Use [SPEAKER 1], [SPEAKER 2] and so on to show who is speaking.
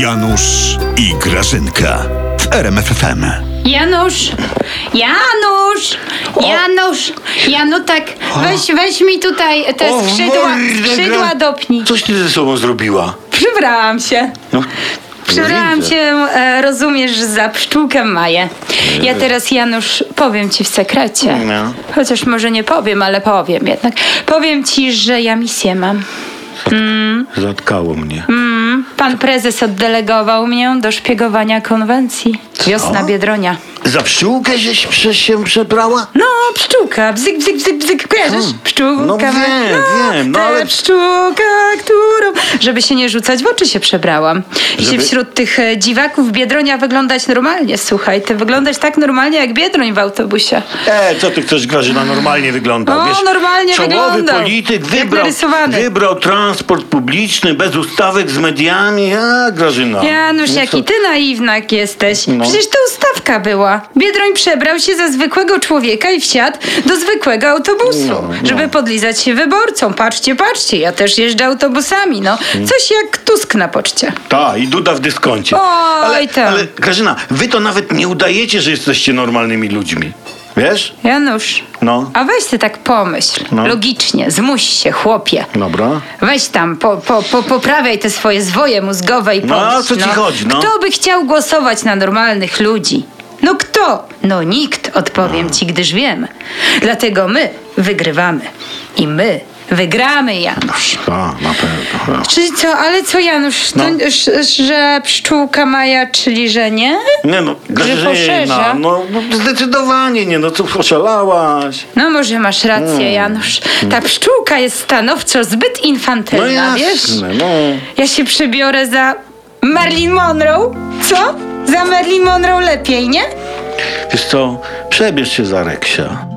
[SPEAKER 1] Janusz i Grażynka w RMFFM.
[SPEAKER 2] Janusz! Janusz! Janusz! Janutek, weź, weź mi tutaj te
[SPEAKER 3] O,
[SPEAKER 2] skrzydła,
[SPEAKER 3] mordę,
[SPEAKER 2] skrzydła
[SPEAKER 3] gra-
[SPEAKER 2] dopnij.
[SPEAKER 3] Coś ty ze sobą zrobiła.
[SPEAKER 2] Przybrałam się.
[SPEAKER 3] No.
[SPEAKER 2] Przybrałam
[SPEAKER 3] widzę.
[SPEAKER 2] się, e, rozumiesz, za pszczółkę Maję. Ja teraz, Janusz, powiem ci w sekrecie.
[SPEAKER 3] No.
[SPEAKER 2] Chociaż może nie powiem, ale powiem jednak. Powiem ci, że ja misję mam.
[SPEAKER 3] Zatkało mnie.
[SPEAKER 2] Pan prezes oddelegował mnie do szpiegowania konwencji. Wiosna Biedronia.
[SPEAKER 3] Za pszczółkę żeś przez się przebrała?
[SPEAKER 2] No, pszczółka, bzyk, bzyk, bzyk, bzyk, kojarzysz? Pszczółka.
[SPEAKER 3] No wiem, wiem, no
[SPEAKER 2] ta
[SPEAKER 3] ale-
[SPEAKER 2] pszczółka, którą... Żeby się nie rzucać w oczy się przebrałam. I
[SPEAKER 3] Żeby-
[SPEAKER 2] się wśród tych e, dziwaków Biedronia wyglądać normalnie, słuchaj. Ty wyglądasz tak normalnie jak Biedroń w autobusie.
[SPEAKER 3] E, co ty chcesz, Grażyna, normalnie wygląda.
[SPEAKER 2] No,
[SPEAKER 3] Wiesz,
[SPEAKER 2] normalnie
[SPEAKER 3] czołowy
[SPEAKER 2] wyglądał.
[SPEAKER 3] polityk
[SPEAKER 2] Jak
[SPEAKER 3] wybrał,
[SPEAKER 2] narysowany.
[SPEAKER 3] wybrał transport publiczny bez ustawek z mediami. A, Grażyna.
[SPEAKER 2] Janusz,
[SPEAKER 3] No co-
[SPEAKER 2] jaki ty naiwnak jesteś.
[SPEAKER 3] No.
[SPEAKER 2] Przecież to ustawka była. Biedroń przebrał się za zwykłego człowieka i wsiadł do zwykłego autobusu,
[SPEAKER 3] No, no.
[SPEAKER 2] żeby podlizać się wyborcom. Patrzcie, patrzcie, ja też jeżdżę autobusami, no. Coś jak Tusk na poczcie.
[SPEAKER 3] Ta, i Duda w dyskoncie.
[SPEAKER 2] Oj,
[SPEAKER 3] ale,
[SPEAKER 2] tam.
[SPEAKER 3] ale Grażyna, wy to nawet nie udajecie, że jesteście normalnymi ludźmi. Wiesz?
[SPEAKER 2] Janusz,
[SPEAKER 3] No.
[SPEAKER 2] a weź ty tak pomyśl.
[SPEAKER 3] No.
[SPEAKER 2] Logicznie, zmuś się, chłopie.
[SPEAKER 3] Dobra.
[SPEAKER 2] Weź tam, po, po, po, poprawiaj te swoje zwoje mózgowe i
[SPEAKER 3] No,
[SPEAKER 2] pomyśl.
[SPEAKER 3] o co ci chodzi, no?
[SPEAKER 2] Kto by chciał głosować na normalnych ludzi? No kto? No nikt, odpowiem ci, gdyż wiem. Dlatego my wygrywamy. I my wygramy, Janusz.
[SPEAKER 3] Ta, na pewno.
[SPEAKER 2] Czyli co, ale co Janusz, to,
[SPEAKER 3] No.
[SPEAKER 2] ż- że pszczółka Maja, czyli że nie?
[SPEAKER 3] Nie no,
[SPEAKER 2] poszerza?
[SPEAKER 3] Grażyna, no, no zdecydowanie nie, no co oszalałaś.
[SPEAKER 2] No może masz rację,
[SPEAKER 3] Hmm.
[SPEAKER 2] Janusz. Ta pszczółka jest stanowczo zbyt
[SPEAKER 3] No
[SPEAKER 2] infantylna,
[SPEAKER 3] jasne,
[SPEAKER 2] wiesz?
[SPEAKER 3] no.
[SPEAKER 2] Ja się przebiorę za Marilyn Monroe. Co? Za Marilyn Monroe lepiej, nie?
[SPEAKER 3] Wiesz co, przebierz się za Reksia.